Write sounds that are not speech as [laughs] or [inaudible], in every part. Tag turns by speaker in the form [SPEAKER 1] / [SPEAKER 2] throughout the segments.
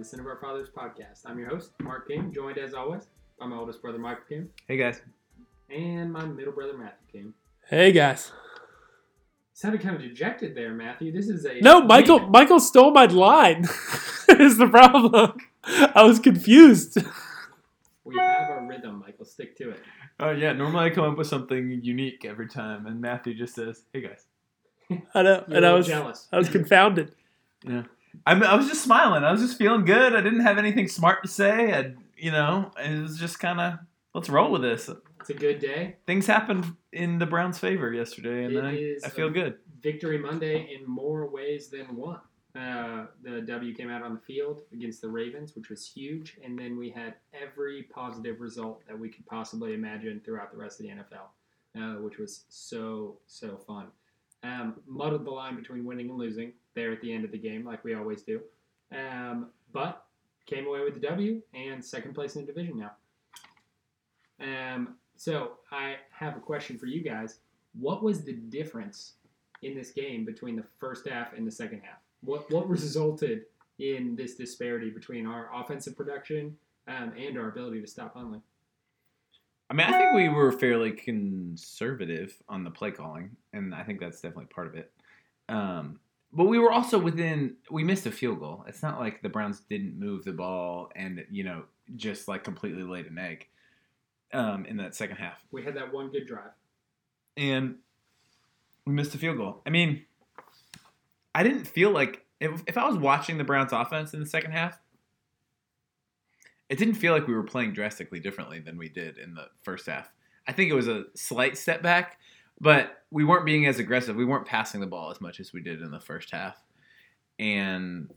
[SPEAKER 1] Smart Fathers podcast. I'm your host, Mark King, joined as always by my oldest brother, Michael King,
[SPEAKER 2] Hey guys.
[SPEAKER 1] and my middle brother, Matthew King.
[SPEAKER 3] Hey guys.
[SPEAKER 1] Sounded kind of dejected there, Matthew. This is a
[SPEAKER 3] No, Michael. Michael stole my line. [laughs] is the problem? I was confused.
[SPEAKER 1] We have our rhythm, Michael. Stick to it.
[SPEAKER 2] Oh yeah, normally I come up with something unique every time, and Matthew just says, "Hey guys."
[SPEAKER 3] I know,
[SPEAKER 1] You're a
[SPEAKER 3] and I
[SPEAKER 1] little
[SPEAKER 3] was
[SPEAKER 1] jealous.
[SPEAKER 3] I was confounded.
[SPEAKER 2] I I was just smiling. I was just feeling good. I didn't have anything smart to say. I, you know, it was just kind of let's roll with this.
[SPEAKER 1] It's a good day.
[SPEAKER 2] Things happened in the Browns' favor yesterday, and
[SPEAKER 1] It
[SPEAKER 2] I,
[SPEAKER 1] is
[SPEAKER 2] I feel
[SPEAKER 1] a-
[SPEAKER 2] good.
[SPEAKER 1] Victory Monday in more ways than one. Uh, the W came out on the field against the Ravens, which was huge, and then we had every positive result that we could possibly imagine throughout the rest of the NFL, uh, which was so so fun. Um, muddled the line between winning and losing there at the end of the game, like we always do, um, but came away with the W and second place in the division now. Um, so I have a question for you guys. What was the difference in this game between the first half and the second half? What what resulted in this disparity between our offensive production um, and our ability to stop Hundley?
[SPEAKER 4] I mean, I think we were fairly conservative on the play calling, and I think that's definitely part of it. Um, but we were also within. We missed a field goal. It's not like the Browns didn't move the ball and you know just like completely laid an egg um, in that second half,
[SPEAKER 1] We had that one good drive.
[SPEAKER 4] and we missed a field goal. I mean, I didn't feel like if, if I was watching the Browns offense in the second half. It didn't feel like we were playing drastically differently than we did in the first half. I think it was a slight step back, but we weren't being as aggressive. We weren't passing the ball as much as we did in the first half. And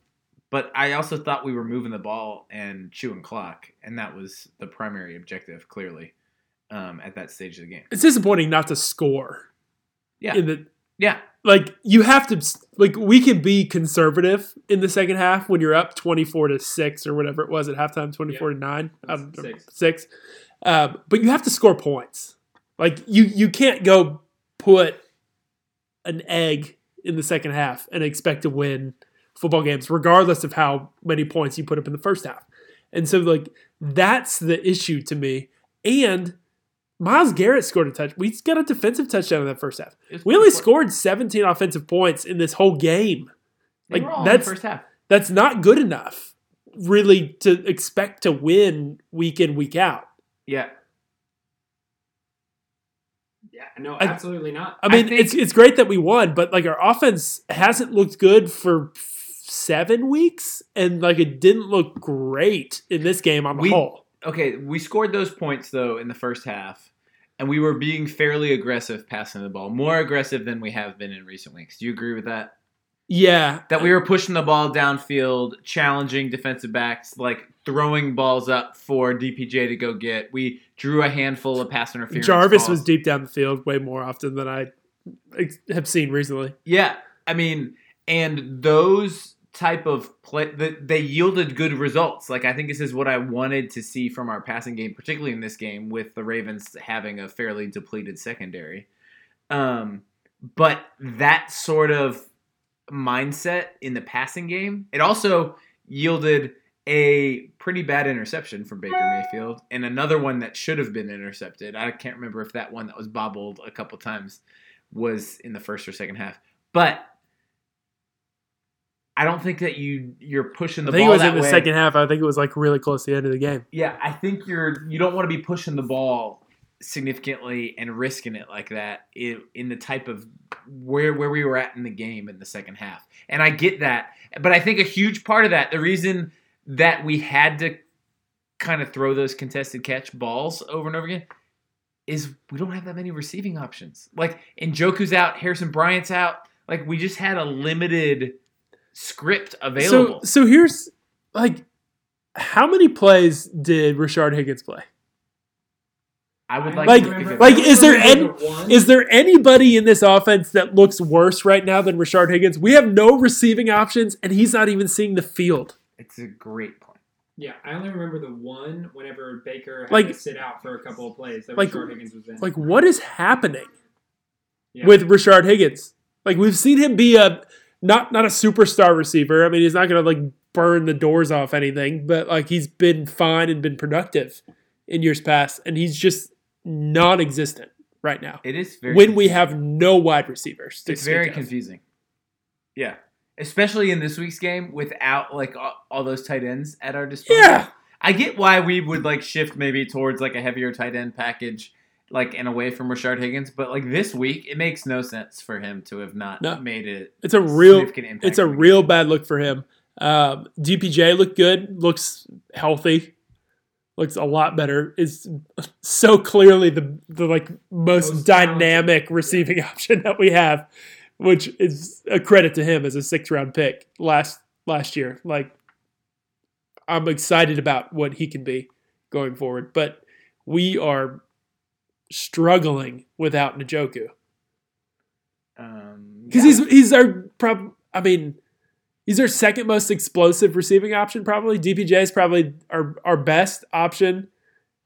[SPEAKER 4] but I also thought we were moving the ball and chewing clock, and that was the primary objective clearly um, at that stage of the game.
[SPEAKER 3] It's disappointing not to score.
[SPEAKER 4] Yeah.
[SPEAKER 3] In the
[SPEAKER 4] Yeah,
[SPEAKER 3] like, you have to like we can be conservative in the second half when you're up twenty four to six or whatever it was at halftime, twenty four to nine, um,
[SPEAKER 1] Six.
[SPEAKER 3] six. Um, but you have to score points. Like you you can't go put an egg in the second half and expect to win football games, regardless of how many points you put up in the first half. And so like that's the issue to me. And Miles Garrett scored a touch. We got a defensive touchdown in that first half.
[SPEAKER 4] It was
[SPEAKER 3] We only
[SPEAKER 4] pretty
[SPEAKER 3] scored 17 offensive points in this whole game.
[SPEAKER 4] They
[SPEAKER 3] Like,
[SPEAKER 4] were all in
[SPEAKER 3] that's-
[SPEAKER 4] the first half.
[SPEAKER 3] That's not good enough, really, to expect to win week in, week out.
[SPEAKER 4] Yeah,
[SPEAKER 1] Yeah, no,
[SPEAKER 3] I-
[SPEAKER 1] absolutely not.
[SPEAKER 3] I mean,
[SPEAKER 4] think-
[SPEAKER 3] it's it's great that we won, but like our offense hasn't looked good for seven weeks, and like it didn't look great in this game on the
[SPEAKER 4] We-
[SPEAKER 3] whole.
[SPEAKER 4] okay, we scored those points though in the first half, and we were being fairly aggressive passing the ball, more aggressive than we have been in recent weeks. Do you agree with that?
[SPEAKER 3] Yeah,
[SPEAKER 4] That we were pushing the ball downfield, challenging defensive backs, like throwing balls up for DPJ to go get. We drew a handful of pass interference.
[SPEAKER 3] Jarvis
[SPEAKER 4] calls.
[SPEAKER 3] was deep down the field way more often than I ex- have seen recently.
[SPEAKER 4] Yeah, I mean, and those type of play the, they yielded good results. Like I think this is what I wanted to see from our passing game, particularly in this game with the Ravens having a fairly depleted secondary. Um, but that sort of mindset in the passing game, it also yielded a pretty bad interception from Baker Mayfield and another one that should have been intercepted. I can't remember if that one that was bobbled a couple times was in the first or second half. But I don't think that you you're pushing
[SPEAKER 3] I
[SPEAKER 4] the
[SPEAKER 3] think it
[SPEAKER 4] ball
[SPEAKER 3] was
[SPEAKER 4] that
[SPEAKER 3] in the
[SPEAKER 4] way.
[SPEAKER 3] second half. I think it was like really close to the end of the game.
[SPEAKER 4] Yeah, I think you're you don't want to be pushing the ball significantly and risking it like that in, in the type of where where we were at in the game in the second half. And I get that, but I think a huge part of that, the reason that we had to kind of throw those contested catch balls over and over again is we don't have that many receiving options. Like Njoku's out, Harrison Bryant's out. Like we just had a limited script available.
[SPEAKER 3] So, so here's like, how many plays did Richard Higgins play?
[SPEAKER 4] I would like,
[SPEAKER 3] Like-
[SPEAKER 4] to think of-
[SPEAKER 3] like, is there any-
[SPEAKER 1] one?
[SPEAKER 3] Is there anybody in this offense that looks worse right now than Richard Higgins? We have no receiving options, and he's not even seeing the field.
[SPEAKER 4] it's a great point.
[SPEAKER 1] yeah, I only remember the one whenever Baker had
[SPEAKER 3] Like-
[SPEAKER 1] to sit out for a couple of plays that
[SPEAKER 3] like-
[SPEAKER 1] Rashard Higgins was in.
[SPEAKER 3] Like, what is happening
[SPEAKER 1] Yeah.
[SPEAKER 3] with Richard Higgins? Like, we've seen him be a not not a superstar receiver. I mean, he's not going to like burn the doors off anything, but like he's been fine and been productive in years past, and he's just non-existent right now.
[SPEAKER 4] It is very
[SPEAKER 3] When we have no wide receivers, to
[SPEAKER 4] it's
[SPEAKER 3] speak
[SPEAKER 4] very
[SPEAKER 3] of.
[SPEAKER 4] confusing. Yeah, especially in this week's game without like all, all those tight ends at our disposal.
[SPEAKER 3] Yeah,
[SPEAKER 4] I get why we would like shift maybe towards like a heavier tight end package, like and away from Rashard Higgins. But like this week, it makes no sense for him to have not
[SPEAKER 3] No.
[SPEAKER 4] made it.
[SPEAKER 3] it's a real
[SPEAKER 4] significant impact
[SPEAKER 3] it's a
[SPEAKER 4] on the game.
[SPEAKER 3] real bad look for him. Um, DPJ looked good, looks healthy, looks a lot better. Is so clearly the the like most,
[SPEAKER 1] Most talented.
[SPEAKER 3] dynamic receiving [laughs] option that we have, which is a credit to him as a sixth round pick last last year. Like I'm excited about what he can be going forward, but we are struggling without Njoku.
[SPEAKER 4] Um,
[SPEAKER 3] Because
[SPEAKER 4] yeah.
[SPEAKER 3] he's he's our prob. I mean, he's our second most explosive receiving option. Probably DPJ is probably our our best option,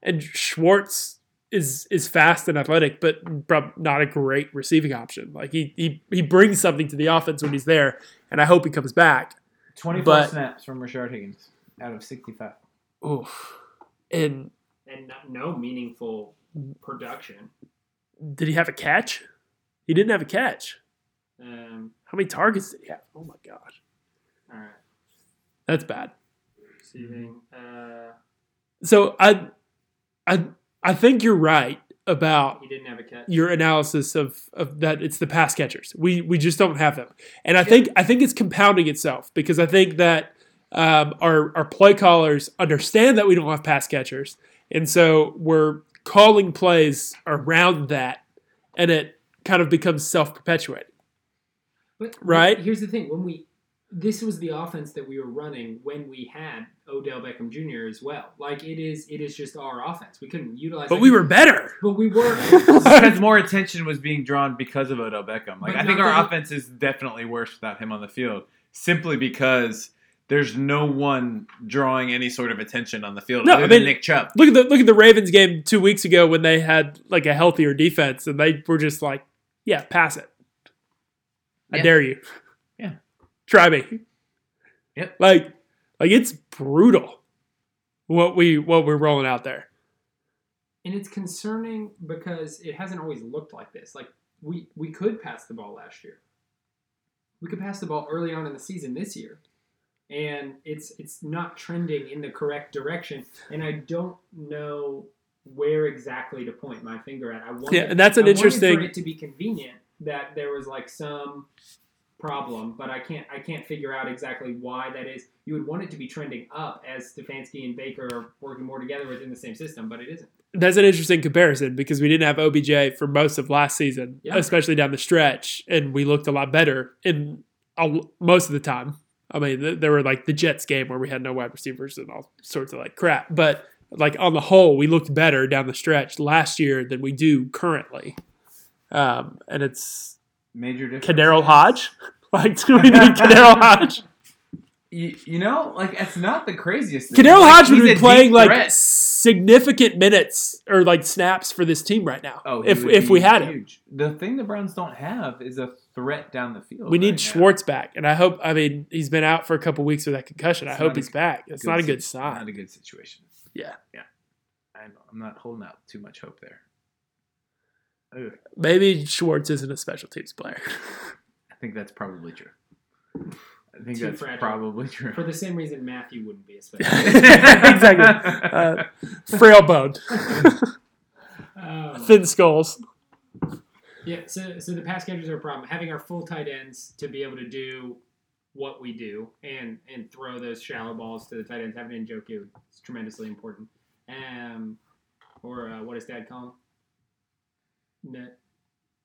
[SPEAKER 3] and Schwartz is is fast and athletic, but prob- not a great receiving option. Like he he he brings something to the offense when he's there, and I hope he comes back.
[SPEAKER 4] 24
[SPEAKER 3] but-
[SPEAKER 4] snaps from Rashard Higgins out of 65.
[SPEAKER 3] Oof. And
[SPEAKER 1] and not, no meaningful production.
[SPEAKER 3] did he have a catch? He didn't have a catch.
[SPEAKER 1] Um,
[SPEAKER 3] How many targets did he have? Oh my gosh,
[SPEAKER 1] all right,
[SPEAKER 3] that's bad.
[SPEAKER 1] receiving. Uh,
[SPEAKER 3] So I I I think you're right about
[SPEAKER 1] he didn't have a catch.
[SPEAKER 3] your analysis of, of that it's the pass catchers. We we just don't have them, and I think I think it's compounding itself because I think that um, our our play callers understand that we don't have pass catchers, and so we're calling plays around that, and it kind of becomes self perpetuating.
[SPEAKER 1] But
[SPEAKER 3] Right?
[SPEAKER 1] Here's the thing: when we, this was the offense that we were running when we had Odell Beckham Jr. as well. Like it is, it is just our offense. We couldn't utilize.
[SPEAKER 3] But
[SPEAKER 1] it.
[SPEAKER 3] we were better.
[SPEAKER 1] But we were.
[SPEAKER 3] [laughs]
[SPEAKER 4] Because more attention was being drawn because of Odell Beckham. Like
[SPEAKER 1] But
[SPEAKER 4] I think
[SPEAKER 1] not
[SPEAKER 4] our
[SPEAKER 1] that-
[SPEAKER 4] offense is definitely worse without him on the field, simply because there's no one drawing any sort of attention on the field
[SPEAKER 3] No,
[SPEAKER 4] other
[SPEAKER 3] I
[SPEAKER 4] than
[SPEAKER 3] mean-
[SPEAKER 4] Nick Chubb.
[SPEAKER 3] Look at the look at the Ravens game two weeks ago when they had like a healthier defense and they were just like, yeah, pass it. I
[SPEAKER 4] Yeah.
[SPEAKER 3] dare you.
[SPEAKER 4] Yeah.
[SPEAKER 3] Try me.
[SPEAKER 4] Yep.
[SPEAKER 3] Like like it's brutal what we what we're rolling out there.
[SPEAKER 1] and it's concerning because it hasn't always looked like this. Like we we could pass the ball last year. We could pass the ball early on in the season this year. And it's it's not trending in the correct direction and I don't know where exactly to point my finger at. I wanted,
[SPEAKER 3] Yeah, and that's an
[SPEAKER 1] I wanted
[SPEAKER 3] interesting-
[SPEAKER 1] for it to be convenient that there was like some problem, but I can't I can't figure out exactly why that is. You would want it to be trending up as Stefanski and Baker are working more together within the same system, but it isn't.
[SPEAKER 3] That's an interesting comparison because we didn't have OBJ for most of last season,
[SPEAKER 1] Yeah.
[SPEAKER 3] especially down the stretch, and we looked a lot better in a, most of the time. I mean, th- there were like the Jets game where we had no wide receivers and all sorts of like crap, but like on the whole, we looked better down the stretch last year than we do currently. Um, and it's
[SPEAKER 4] Major difference.
[SPEAKER 3] Kadero Hodge. [laughs] Like, do
[SPEAKER 4] [laughs]
[SPEAKER 3] we need Kadero Hodge?
[SPEAKER 4] You, you know, like that's not the craziest. thing.
[SPEAKER 3] Kadero
[SPEAKER 4] Like,
[SPEAKER 3] Hodge would
[SPEAKER 4] he's a
[SPEAKER 3] be
[SPEAKER 4] deep
[SPEAKER 3] playing like
[SPEAKER 4] threat.
[SPEAKER 3] significant minutes or like snaps for this team right now.
[SPEAKER 4] Oh, he
[SPEAKER 3] if
[SPEAKER 4] would
[SPEAKER 3] if
[SPEAKER 4] be
[SPEAKER 3] we had him.
[SPEAKER 4] huge. The thing the Browns don't have is a threat down the field.
[SPEAKER 3] Oh We
[SPEAKER 4] right
[SPEAKER 3] need
[SPEAKER 4] now.
[SPEAKER 3] Schwartz back, and I hope. I mean, he's been out for a couple weeks with that concussion. I
[SPEAKER 4] It's
[SPEAKER 3] hope
[SPEAKER 4] not a
[SPEAKER 3] he's back. It's not a good
[SPEAKER 4] sit-
[SPEAKER 3] sign.
[SPEAKER 4] Not a good situation.
[SPEAKER 3] Yeah.
[SPEAKER 4] yeah. I'm, I'm not holding out too much hope there. Ugh,
[SPEAKER 3] Maybe Schwartz isn't a special
[SPEAKER 4] [laughs]
[SPEAKER 3] teams player.
[SPEAKER 4] I think that's probably true. I think
[SPEAKER 1] Too
[SPEAKER 4] that's
[SPEAKER 1] fragile.
[SPEAKER 4] probably true. [laughs]
[SPEAKER 1] For the same reason Matthew wouldn't be a special.
[SPEAKER 3] Exactly. Uh, frail boned,
[SPEAKER 1] Um,
[SPEAKER 3] thin skulls.
[SPEAKER 1] yeah, so, so the pass catchers are a problem. Having our full tight ends to be able to do what we do and and throw those shallow balls to the tight ends, having Njoku is tremendously important. Um, or uh, what is Dad calling? N-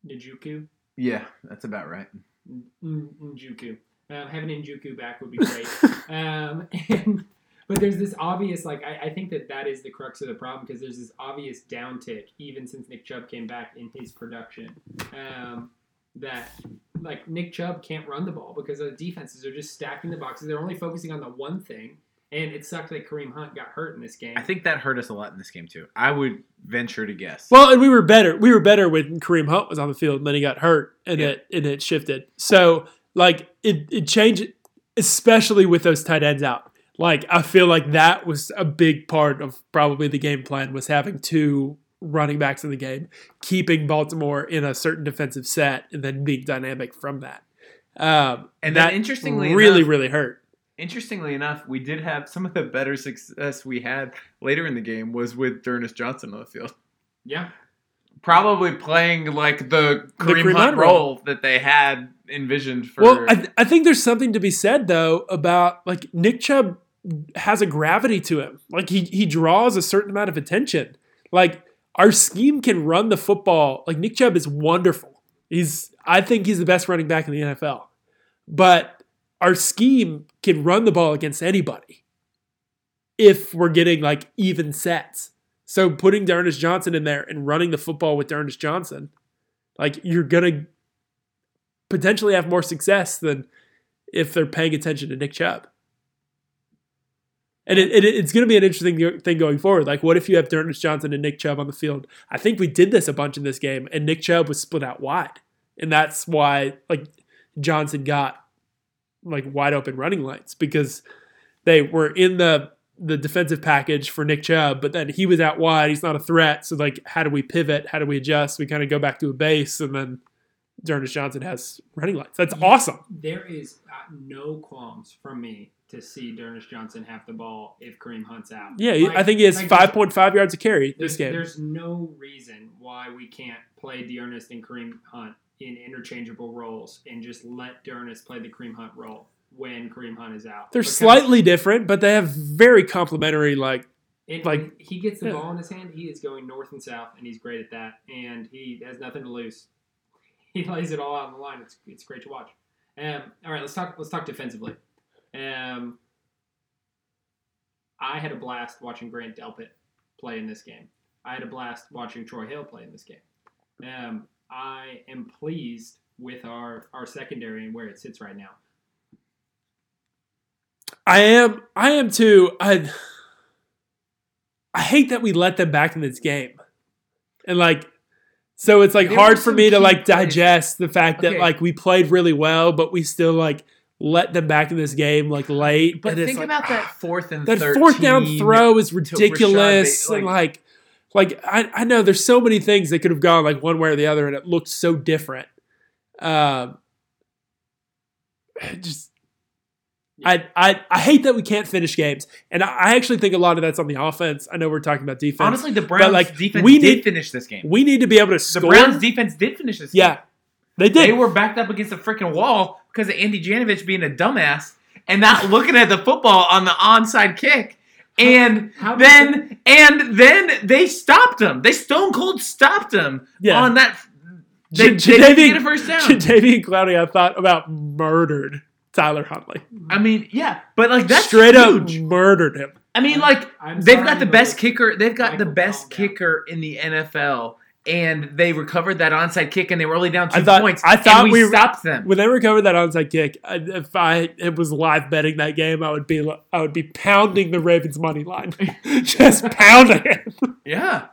[SPEAKER 1] Njoku?
[SPEAKER 4] [laughs] yeah, that's about right.
[SPEAKER 1] N- N- Njoku. Um, having Njoku back
[SPEAKER 3] [laughs]
[SPEAKER 1] would be great. um, and, but there's this obvious, like, I, I think that that is the crux of the problem because there's this obvious downtick, even since Nick Chubb came back in his production, um, that, like, Nick Chubb can't run the ball because the defenses are just stacking the boxes. They're only focusing on the one thing, and it sucked that Kareem Hunt got hurt in this game.
[SPEAKER 4] I think that hurt us a lot in this game too. I would venture to guess.
[SPEAKER 3] Well, and we were better. We were better when Kareem Hunt was on the field, and then he got hurt, and
[SPEAKER 4] Yeah.
[SPEAKER 3] it and it shifted. So Like it, it changed, especially with those tight ends out. Like I feel like that was a big part of probably the game plan was having two running backs in the game, keeping Baltimore in a certain defensive set, and then being dynamic from that. Um,
[SPEAKER 2] And then
[SPEAKER 3] that
[SPEAKER 2] interestingly
[SPEAKER 3] really,
[SPEAKER 2] enough-
[SPEAKER 3] really hurt.
[SPEAKER 2] interestingly enough, we did have some of the better success we had later in the game was with Dernis Johnson on the field.
[SPEAKER 1] Yeah.
[SPEAKER 4] Probably playing like the
[SPEAKER 3] The
[SPEAKER 4] Kareem,
[SPEAKER 3] Kareem
[SPEAKER 4] Hunt
[SPEAKER 3] Hunt
[SPEAKER 4] role that they had envisioned for.
[SPEAKER 3] Well, I, th- I think there's something to be said though about like Nick Chubb has a gravity to him. Like he he draws a certain amount of attention. Like our scheme can run the football. Like Nick Chubb is wonderful. He's I think he's the best running back in the NFL. But our scheme can run the ball against anybody if we're getting like even sets. So putting Darnus Johnson in there and running the football with Darnus Johnson, like you're gonna potentially have more success than if they're paying attention to Nick Chubb. And it, it, it's going to be an interesting go- thing going forward. Like, what if you have Dernis Johnson and Nick Chubb on the field? I think we did this a bunch in this game, and Nick Chubb was split out wide, and that's why like Johnson got like wide open running lanes because they were in the the defensive package for Nick Chubb, but then he was out wide. He's not a threat. So like, how do we pivot? How do we adjust? We kind of go back to a base, and then Dernis Johnson has running lanes. That's awesome.
[SPEAKER 1] There is uh, no qualms from me to see Dernis Johnson have the ball if Kareem Hunt's out.
[SPEAKER 3] Yeah,
[SPEAKER 1] Like-
[SPEAKER 3] I think he has
[SPEAKER 1] like,
[SPEAKER 3] five point five yards a carry
[SPEAKER 1] There's,
[SPEAKER 3] this game.
[SPEAKER 1] there's no reason why we can't play Dearness and Kareem Hunt in interchangeable roles and just let Dearness play the Kareem Hunt role when Kareem Hunt is out.
[SPEAKER 3] They're
[SPEAKER 1] Because-
[SPEAKER 3] slightly different, but they have very complementary. Like,
[SPEAKER 1] and
[SPEAKER 3] like-
[SPEAKER 1] when he gets the
[SPEAKER 3] yeah.
[SPEAKER 1] ball in his hand, he is going north and south, and he's great at that. And he has nothing to lose. [laughs] He lays it all out on the line. It's, it's great to watch. Um, all right, let's talk. Let's talk defensively. Um, I had a blast watching Grant Delpit play in this game. I had a blast watching Troy Hill play in this game. Um, I am pleased with our our secondary and where it sits right now.
[SPEAKER 3] I am, I am too. I, I hate that we let them back in this game, and like, so it's like
[SPEAKER 4] There
[SPEAKER 3] hard
[SPEAKER 4] were
[SPEAKER 3] for
[SPEAKER 4] some
[SPEAKER 3] me
[SPEAKER 4] key
[SPEAKER 3] to like
[SPEAKER 4] plays.
[SPEAKER 3] digest the fact that
[SPEAKER 4] Okay.
[SPEAKER 3] like we played really well, but we still like let them back in this game like late.
[SPEAKER 4] but
[SPEAKER 3] and it's,
[SPEAKER 4] think
[SPEAKER 3] like,
[SPEAKER 4] about that fourth and
[SPEAKER 3] that fourth down
[SPEAKER 4] 13.
[SPEAKER 3] throw is
[SPEAKER 4] Rashad
[SPEAKER 3] ridiculous
[SPEAKER 4] Ba-
[SPEAKER 3] and like like I, I know there's so many things that could have gone like one way or the other and it looked so different um [sighs] just I, I I hate that we can't finish games, and I, I actually think a lot of that's on the offense. I know we're talking about defense.
[SPEAKER 4] Honestly, the Browns
[SPEAKER 3] like,
[SPEAKER 4] defense
[SPEAKER 3] we
[SPEAKER 4] did
[SPEAKER 3] need-
[SPEAKER 4] finish this game.
[SPEAKER 3] we need to be able to
[SPEAKER 4] The
[SPEAKER 3] score.
[SPEAKER 4] Browns defense did finish this. game.
[SPEAKER 3] yeah, they did. [laughs]
[SPEAKER 4] They were backed up against a freaking wall because of Andy Janovich being a dumbass and not [laughs] looking at the football on the onside kick. And
[SPEAKER 1] How does
[SPEAKER 4] then and then they stopped him. They stone cold stopped him
[SPEAKER 3] Yeah.
[SPEAKER 4] on that. They,
[SPEAKER 3] J-
[SPEAKER 4] they didn't
[SPEAKER 3] Jadavian-
[SPEAKER 4] get a first down.
[SPEAKER 3] Jadavian Clowney, I thought about murdered Tyler Huntley.
[SPEAKER 4] I mean, yeah, but like that's
[SPEAKER 3] Straight
[SPEAKER 4] huge.
[SPEAKER 3] up murdered him.
[SPEAKER 4] I mean, like
[SPEAKER 1] I'm
[SPEAKER 4] they've
[SPEAKER 1] sorry,
[SPEAKER 4] got the
[SPEAKER 1] but
[SPEAKER 4] best
[SPEAKER 1] it's-
[SPEAKER 4] kicker. They've got the
[SPEAKER 1] Michael, calm
[SPEAKER 4] best
[SPEAKER 1] down.
[SPEAKER 4] kicker in the NFL, and they recovered that onside kick, and they were only down two
[SPEAKER 3] I thought-
[SPEAKER 4] points.
[SPEAKER 3] I thought
[SPEAKER 4] and
[SPEAKER 3] we-
[SPEAKER 4] stopped them.
[SPEAKER 3] When they recovered that onside kick, I, if I it was live betting that game, I would be li- I would be pounding the Ravens money
[SPEAKER 4] [laughs]
[SPEAKER 3] line, [laughs] just pounding it.
[SPEAKER 4] Yeah,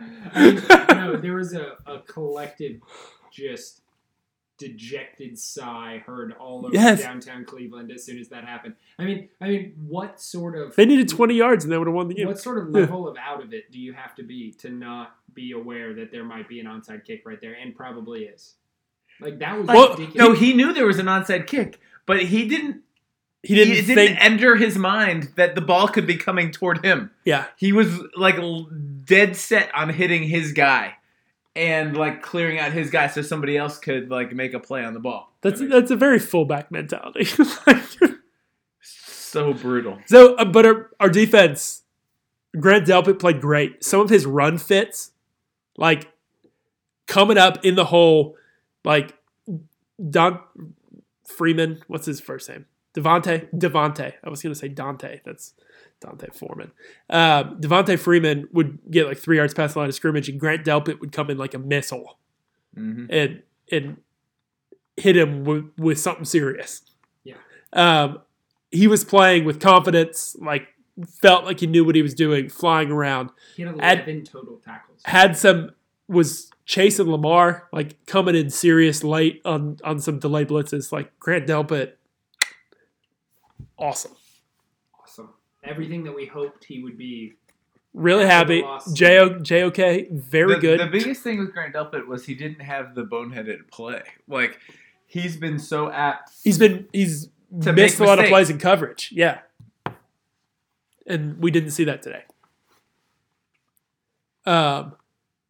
[SPEAKER 1] I mean, no, there was a, a collective, just dejected sigh heard all over
[SPEAKER 3] Yes.
[SPEAKER 1] downtown Cleveland as soon as that happened. I mean, I mean, what sort of
[SPEAKER 3] They needed 20 yards and they would have won the game.
[SPEAKER 1] what sort of level of out of it do you have to be to not be aware that there might be an onside kick right there, and probably is. Like that was
[SPEAKER 3] Well,
[SPEAKER 1] ridiculous.
[SPEAKER 4] no, he knew there was an onside kick, but he didn't. He
[SPEAKER 3] He didn't,
[SPEAKER 4] it didn't [laughs]
[SPEAKER 3] think.
[SPEAKER 4] enter his mind that the ball could be coming toward him.
[SPEAKER 3] Yeah,
[SPEAKER 4] He was like l- dead set on hitting his guy and like clearing out his guy so somebody else could like make a play on the ball.
[SPEAKER 3] that's
[SPEAKER 1] That makes
[SPEAKER 3] that's a very fullback mentality. [laughs]
[SPEAKER 4] So brutal.
[SPEAKER 3] so, uh, but our, our defense, Grant Delpit played great. Some of his run fits, like coming up in the hole, like Don Freeman. What's his first name? Devonte. Devonte. I was gonna say Dante. That's Dante Foreman. Um, Devonte Freeman would get like three yards past the line of scrimmage, and Grant Delpit would come in like a missile
[SPEAKER 4] Mm-hmm.
[SPEAKER 3] and and hit him with, with something serious.
[SPEAKER 1] Yeah.
[SPEAKER 3] Um, he was playing with confidence, like felt like he knew what he was doing, flying around
[SPEAKER 1] he had
[SPEAKER 3] Ad-
[SPEAKER 1] eleven total tackles.
[SPEAKER 3] had some was chasing Lamar, like coming in serious late on on some delay blitzes. Like Grant Delpit, awesome.
[SPEAKER 1] Awesome. Everything that we hoped he would be.
[SPEAKER 3] Really happy.
[SPEAKER 1] Lost.
[SPEAKER 3] J-O- JOK, very
[SPEAKER 4] the,
[SPEAKER 3] good.
[SPEAKER 4] The biggest thing with Grant Delpit was he didn't have the boneheaded play. Like he's been so apt.
[SPEAKER 3] he's been he's
[SPEAKER 4] To
[SPEAKER 3] missed
[SPEAKER 4] make
[SPEAKER 3] a lot of
[SPEAKER 4] mistakes.
[SPEAKER 3] plays in coverage. Yeah, and we didn't see that today. Um,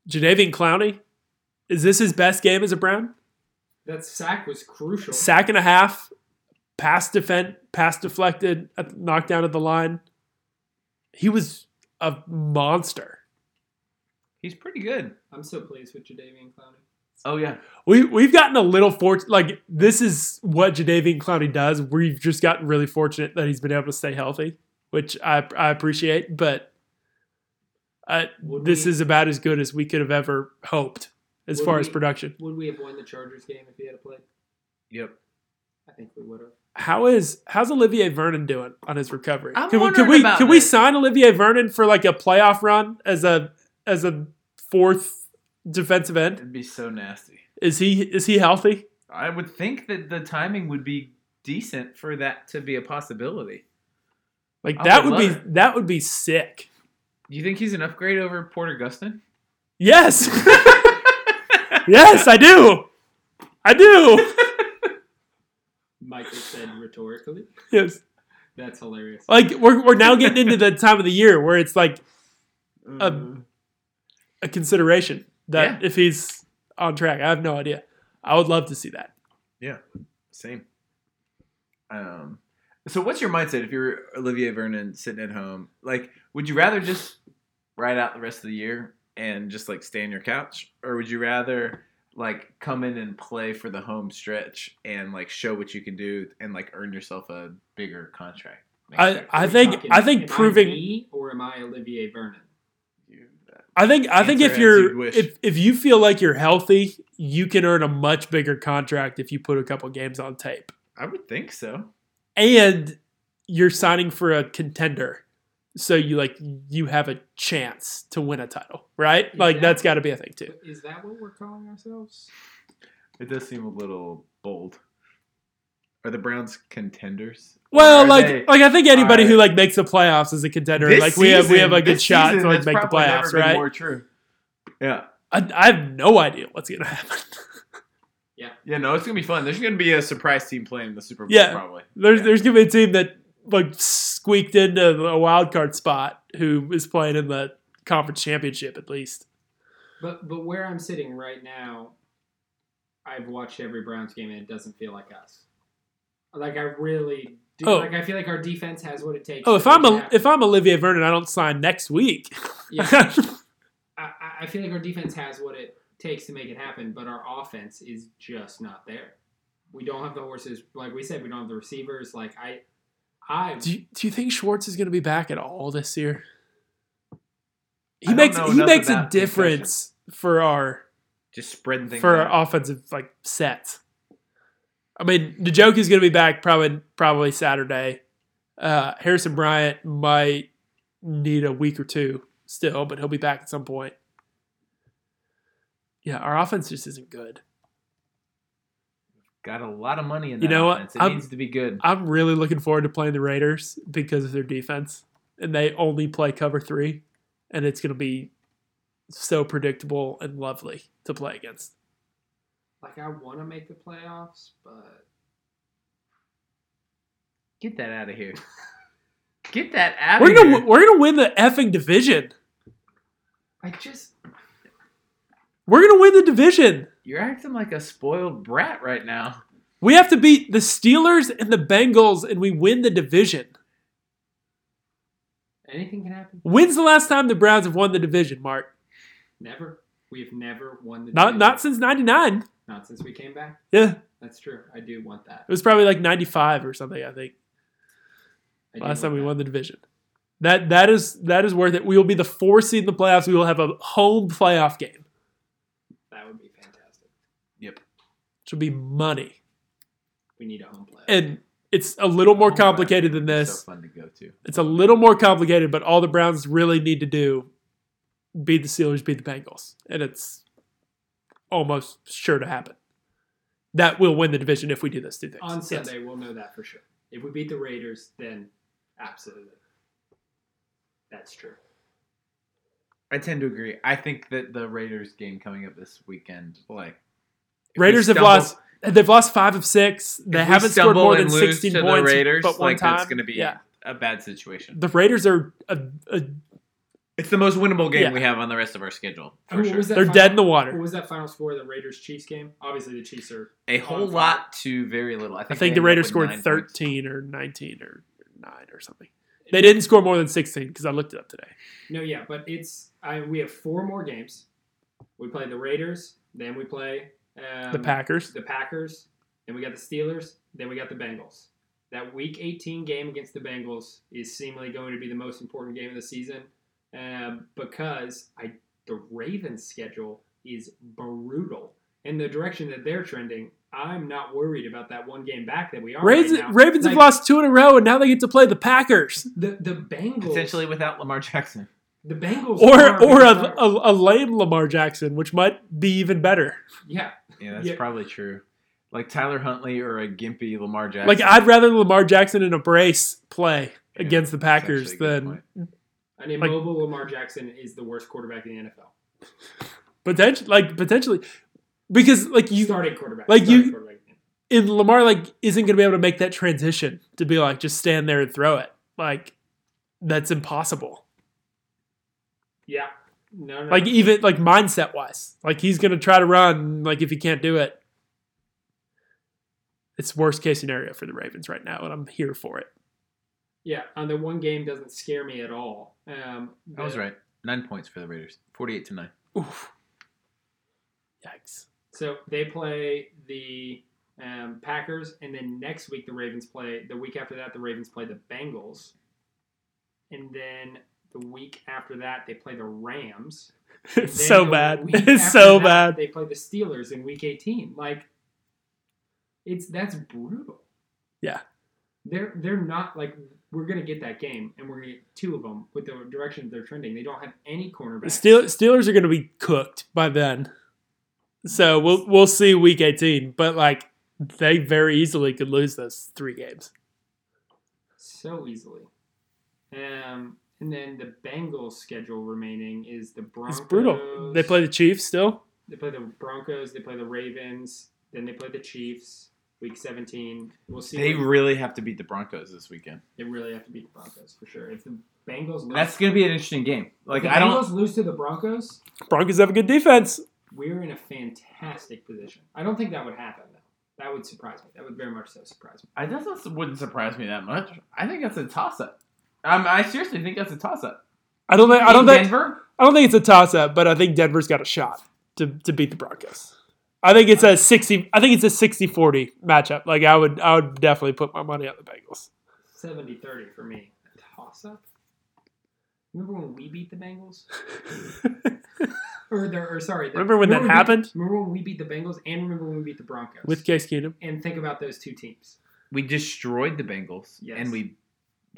[SPEAKER 3] Jadavian Clowney, is this his best game as a Brown?
[SPEAKER 1] That sack was crucial.
[SPEAKER 3] Sack and a half, pass defend, pass deflected, at knockdown at the line. He was a monster.
[SPEAKER 4] He's pretty good.
[SPEAKER 1] I'm so pleased with Jadavian Clowney.
[SPEAKER 4] Oh yeah.
[SPEAKER 3] We we've gotten a little fortunate. Like this is what Jadavian Clowney does. We've just gotten really fortunate that he's been able to stay healthy, which I I appreciate. But uh,
[SPEAKER 1] Would
[SPEAKER 3] this
[SPEAKER 1] we-
[SPEAKER 3] is about as good as we could have ever hoped as
[SPEAKER 1] Would
[SPEAKER 3] far as
[SPEAKER 1] we-
[SPEAKER 3] production.
[SPEAKER 1] Would we have won the Chargers game if he had played?
[SPEAKER 4] Yep.
[SPEAKER 1] I think we would have.
[SPEAKER 3] How is how's Olivier Vernon doing on his recovery?
[SPEAKER 5] I'm
[SPEAKER 3] can we can
[SPEAKER 5] wondering
[SPEAKER 3] we
[SPEAKER 5] about
[SPEAKER 3] can we
[SPEAKER 5] this.
[SPEAKER 3] sign Olivier Vernon for like a playoff run as a as a fourth defensive end?
[SPEAKER 4] It'd be so nasty.
[SPEAKER 3] Is he is he healthy?
[SPEAKER 4] I would think that the timing would be decent for that to be a possibility.
[SPEAKER 3] Like
[SPEAKER 4] I
[SPEAKER 3] that
[SPEAKER 4] would
[SPEAKER 3] would be
[SPEAKER 4] love
[SPEAKER 3] that would be sick.
[SPEAKER 4] Do you think he's an upgrade over Porter Gustin? [laughs]
[SPEAKER 3] Yes. yes, I do. I do.
[SPEAKER 1] Michael said rhetorically.
[SPEAKER 3] Yes.
[SPEAKER 1] That's hilarious.
[SPEAKER 3] Like we're we're now getting into the time of the year where it's like Mm.
[SPEAKER 4] Um,
[SPEAKER 3] a consideration that if he's on track. I have no idea. I would love to see that.
[SPEAKER 4] Same. Um, so what's your mindset if you're Olivier Vernon sitting at home? Like, would you rather just ride out the rest of the year and just like stay on your couch, or would you rather like come in and play for the home stretch and like show what you can do and like earn yourself a bigger contract? next
[SPEAKER 3] I,
[SPEAKER 4] year?
[SPEAKER 3] I
[SPEAKER 1] Are we
[SPEAKER 3] think
[SPEAKER 1] talking,
[SPEAKER 3] I think
[SPEAKER 1] am
[SPEAKER 3] proving
[SPEAKER 1] me or am I Olivier Vernon?
[SPEAKER 3] I think I
[SPEAKER 4] Answer
[SPEAKER 3] think if
[SPEAKER 4] as you'd
[SPEAKER 3] you're
[SPEAKER 4] wish.
[SPEAKER 3] if, if you feel like you're healthy, you can earn a much bigger contract if you put a couple games on tape.
[SPEAKER 4] I would think so.
[SPEAKER 3] And you're signing for a contender. So you like you have a chance to win a title, right? Like
[SPEAKER 1] Exactly.
[SPEAKER 3] that's got to be a thing too.
[SPEAKER 1] Is that what we're calling ourselves?
[SPEAKER 4] It does seem a little bold. Are the Browns contenders? Or
[SPEAKER 3] Well,
[SPEAKER 4] are
[SPEAKER 3] like
[SPEAKER 4] they-
[SPEAKER 3] like I think anybody who
[SPEAKER 4] Alright.
[SPEAKER 3] like makes the playoffs is a contender.
[SPEAKER 4] uh, This
[SPEAKER 3] like we have we have a
[SPEAKER 4] season-
[SPEAKER 3] good
[SPEAKER 4] this
[SPEAKER 3] shot
[SPEAKER 4] season,
[SPEAKER 3] to like
[SPEAKER 4] that's
[SPEAKER 3] make the
[SPEAKER 4] probably never
[SPEAKER 3] playoffs,
[SPEAKER 4] been
[SPEAKER 3] right?
[SPEAKER 4] More true. Yeah,
[SPEAKER 3] I, I have no idea what's gonna happen. [laughs]
[SPEAKER 4] yeah. No, it's gonna be fun. There's gonna be a surprise team playing in the Super Bowl.
[SPEAKER 3] Yeah.
[SPEAKER 4] probably.
[SPEAKER 3] There's
[SPEAKER 4] Yeah.
[SPEAKER 3] there's gonna be a team that like squeaked into a wild card spot who is playing in the conference championship at least.
[SPEAKER 1] But but where I'm sitting right now, I've watched every Browns game and it doesn't feel like us. Like I really do.
[SPEAKER 3] Oh.
[SPEAKER 1] Like I feel like our defense has what it takes.
[SPEAKER 3] Oh,
[SPEAKER 1] to
[SPEAKER 3] if I'm
[SPEAKER 1] make it
[SPEAKER 3] a,
[SPEAKER 1] happen.
[SPEAKER 3] if [laughs] I'm Olivier Vernon, I don't sign next week.
[SPEAKER 1] yeah, I, I- I feel like our defense has what it takes to make it happen, but our offense is just not there. We don't have the horses, like we said. We don't have the receivers. Like I, I
[SPEAKER 3] [laughs] do you, do you think Schwartz is gonna be back at all this year?
[SPEAKER 4] I
[SPEAKER 3] He
[SPEAKER 4] don't
[SPEAKER 3] makes
[SPEAKER 4] know
[SPEAKER 3] he
[SPEAKER 4] enough
[SPEAKER 3] makes a
[SPEAKER 4] about concussion.
[SPEAKER 3] difference for our
[SPEAKER 4] Just spreading things
[SPEAKER 3] for
[SPEAKER 4] out.
[SPEAKER 3] our offensive like sets. I mean, the joke is going to be back probably probably Saturday. Uh, Harrison Bryant might need a week or two still, but he'll be back at some point. Yeah, our offense just isn't good.
[SPEAKER 4] Got a lot of money in that
[SPEAKER 3] You know what?
[SPEAKER 4] offense. It
[SPEAKER 3] I'm-
[SPEAKER 4] needs to be good.
[SPEAKER 3] I'm really looking forward to playing the Raiders because of their defense, and they only play cover three, and it's going to be so predictable and lovely to play against.
[SPEAKER 1] like I want to make the playoffs, but
[SPEAKER 5] Get that out of here. Get that out
[SPEAKER 3] We're
[SPEAKER 5] of here.
[SPEAKER 3] gonna we're gonna win the effing division.
[SPEAKER 1] I just
[SPEAKER 3] We're gonna win the division.
[SPEAKER 5] You're acting like a spoiled brat right now.
[SPEAKER 3] We have to beat the Steelers and the Bengals, and we win the division.
[SPEAKER 1] anything can happen.
[SPEAKER 3] When's the last time the Browns have won the division, Mark?
[SPEAKER 1] Never. We've never won the
[SPEAKER 3] Not
[SPEAKER 1] division.
[SPEAKER 3] not since '99.
[SPEAKER 1] not since we came back.
[SPEAKER 3] Yeah, it
[SPEAKER 1] That's true. I do want that.
[SPEAKER 3] was probably like '95 or something. I think
[SPEAKER 1] I do
[SPEAKER 3] last
[SPEAKER 1] want
[SPEAKER 3] time we
[SPEAKER 1] that.
[SPEAKER 3] won the division. That that is that is worth it. We will be the four seed in the playoffs. We will have a home playoff game,
[SPEAKER 1] That would be fantastic.
[SPEAKER 3] which will be money,
[SPEAKER 1] We need a home playoff.
[SPEAKER 3] and it's a little more
[SPEAKER 4] Oh,
[SPEAKER 3] complicated than
[SPEAKER 4] It's
[SPEAKER 3] this.
[SPEAKER 4] So fun to go to.
[SPEAKER 3] It's a little more complicated, but all the Browns really need to do beat the Steelers, beat the Bengals, and it's almost sure to happen. That will win the division if we do those two things.
[SPEAKER 1] On
[SPEAKER 3] Yes.
[SPEAKER 1] Sunday, we'll know that for sure. If we beat the Raiders, then absolutely. That's true.
[SPEAKER 4] I tend to agree. I think that the Raiders game coming up this weekend, like if we
[SPEAKER 3] Raiders have
[SPEAKER 4] stumble-
[SPEAKER 3] lost. They've lost five of six. They
[SPEAKER 4] if we
[SPEAKER 3] haven't scored
[SPEAKER 4] stumble
[SPEAKER 3] more than
[SPEAKER 4] and lose
[SPEAKER 3] sixteen
[SPEAKER 4] to
[SPEAKER 3] points.
[SPEAKER 4] The Raiders,
[SPEAKER 3] but one
[SPEAKER 4] like
[SPEAKER 3] time,
[SPEAKER 4] that's going to be
[SPEAKER 3] yeah.
[SPEAKER 4] a bad situation.
[SPEAKER 3] The Raiders are a, a,
[SPEAKER 4] It's the most winnable game
[SPEAKER 3] Yeah.
[SPEAKER 4] we have on the rest of our schedule for
[SPEAKER 1] What
[SPEAKER 4] sure.
[SPEAKER 1] was that
[SPEAKER 3] they're
[SPEAKER 1] final-
[SPEAKER 3] dead in the
[SPEAKER 1] What
[SPEAKER 3] water.
[SPEAKER 1] was that final score of the Raiders Chiefs game? Obviously, the Chiefs are.
[SPEAKER 4] A whole
[SPEAKER 1] Oh,
[SPEAKER 4] lot to very little. I
[SPEAKER 3] I
[SPEAKER 4] think,
[SPEAKER 3] think
[SPEAKER 4] they
[SPEAKER 3] the
[SPEAKER 4] ended up
[SPEAKER 3] Raiders
[SPEAKER 4] with
[SPEAKER 3] scored
[SPEAKER 4] nine points.
[SPEAKER 3] thirteen or nineteen or nine or something. They didn't score more than sixteen because I looked it up today.
[SPEAKER 1] No, yeah, but it's. I we have four more games. We play the Raiders, then we play um,
[SPEAKER 3] the Packers.
[SPEAKER 1] the Packers, then we got the Steelers, then we got the Bengals. That Week 18 game against the Bengals is seemingly going to be the most important game of the season uh, because I the Ravens' schedule is brutal, and the direction that they're trending, I'm not worried about that one game back that we are.
[SPEAKER 3] Ravens,
[SPEAKER 1] right now.
[SPEAKER 3] Ravens have
[SPEAKER 1] Like,
[SPEAKER 3] lost two in a row, and now they get to play the Packers
[SPEAKER 1] the the Bengals.
[SPEAKER 4] Potentially without Lamar Jackson. [laughs]
[SPEAKER 1] the Bengals
[SPEAKER 3] or
[SPEAKER 1] are-
[SPEAKER 3] or a, a, a lame Lamar Jackson, which might be even better.
[SPEAKER 1] yeah.
[SPEAKER 4] Yeah, that's
[SPEAKER 1] Yeah.
[SPEAKER 4] probably true. Like Tyler Huntley or a gimpy Lamar Jackson.
[SPEAKER 3] Like I'd rather Lamar Jackson in a brace play
[SPEAKER 4] Yeah,
[SPEAKER 3] against the
[SPEAKER 4] That's
[SPEAKER 3] Packers
[SPEAKER 4] actually a good
[SPEAKER 3] than
[SPEAKER 4] point.
[SPEAKER 1] An
[SPEAKER 3] Like-
[SPEAKER 1] immobile Lamar Jackson is the worst quarterback in the NFL.
[SPEAKER 3] potentially like potentially because like you
[SPEAKER 1] starting quarterback.
[SPEAKER 3] like
[SPEAKER 1] starting
[SPEAKER 3] you-
[SPEAKER 1] quarterback.
[SPEAKER 3] in Lamar like isn't going to be able to make that transition to be like just stand there and throw it like that's impossible.
[SPEAKER 1] Yeah. No, no.
[SPEAKER 3] Like even like mindset wise, like he's going to try to run. Like if he can't do it, it's worst case scenario for the Ravens right now, and I'm here for it.
[SPEAKER 1] Yeah, on the one game doesn't scare me at all. Um,
[SPEAKER 4] I was
[SPEAKER 1] the-
[SPEAKER 4] right. Nine points for the Raiders. Forty-eight to nine.
[SPEAKER 3] Oof. Yikes.
[SPEAKER 1] So they play the um, Packers, and then next week the Ravens play. The week after that, the Ravens play the Bengals, and then the week after that they play the
[SPEAKER 3] [laughs]
[SPEAKER 1] Rams. And
[SPEAKER 3] It's
[SPEAKER 1] then
[SPEAKER 3] so
[SPEAKER 1] the
[SPEAKER 3] bad.
[SPEAKER 1] week
[SPEAKER 3] It's
[SPEAKER 1] after
[SPEAKER 3] so
[SPEAKER 1] that,
[SPEAKER 3] bad.
[SPEAKER 1] They play the Steelers in Week 18. Like, it's that's brutal.
[SPEAKER 3] Yeah.
[SPEAKER 1] They're they're not like we're gonna get that game, and we're gonna get two of them with the direction they're trending. They don't have any
[SPEAKER 3] The
[SPEAKER 1] cornerbacks.
[SPEAKER 3] Steel- Steelers are going to be cooked by then. So we'll we'll see week 18, but like they very easily could lose those three games.
[SPEAKER 1] so easily. Um, and then the Bengals' schedule remaining is the Broncos.
[SPEAKER 3] It's brutal. They play the Chiefs still.
[SPEAKER 1] They play the Broncos. They play the Ravens. Then they play the Chiefs. Week 17. We'll see.
[SPEAKER 4] They
[SPEAKER 1] what-
[SPEAKER 4] really have to beat the Broncos this weekend.
[SPEAKER 1] they really have to beat the Broncos for sure. If the Bengals lose,
[SPEAKER 4] That's going to be an interesting game. Like
[SPEAKER 1] if the
[SPEAKER 4] I don't.
[SPEAKER 1] Bengals lose to the Broncos,
[SPEAKER 3] Broncos have a good defense.
[SPEAKER 1] we're in a fantastic position. I don't think that would happen though. That would surprise me. That would very much so surprise me.
[SPEAKER 4] I that doesn't- wouldn't surprise me that much. I think that's a toss-up. Um, I seriously think that's a toss-up.
[SPEAKER 3] I don't think I don't
[SPEAKER 4] In
[SPEAKER 3] think
[SPEAKER 4] Denver.
[SPEAKER 3] I don't think it's a toss up, but I think Denver's got a shot to, to beat the Broncos. I think it's a 60 I think it's a 60-40 matchup. Like I would I would definitely put my money on the Bengals.
[SPEAKER 1] 70-30 for me. Toss up. Remember when we beat the Bengals? Or, the, or sorry. The,
[SPEAKER 3] Remember when that
[SPEAKER 1] we-
[SPEAKER 3] happened?
[SPEAKER 1] remember when we beat the Bengals and remember when we beat the Broncos?
[SPEAKER 3] With Case Keenum.
[SPEAKER 1] and think about those two teams.
[SPEAKER 4] We destroyed the Bengals,
[SPEAKER 1] Yes.
[SPEAKER 4] and we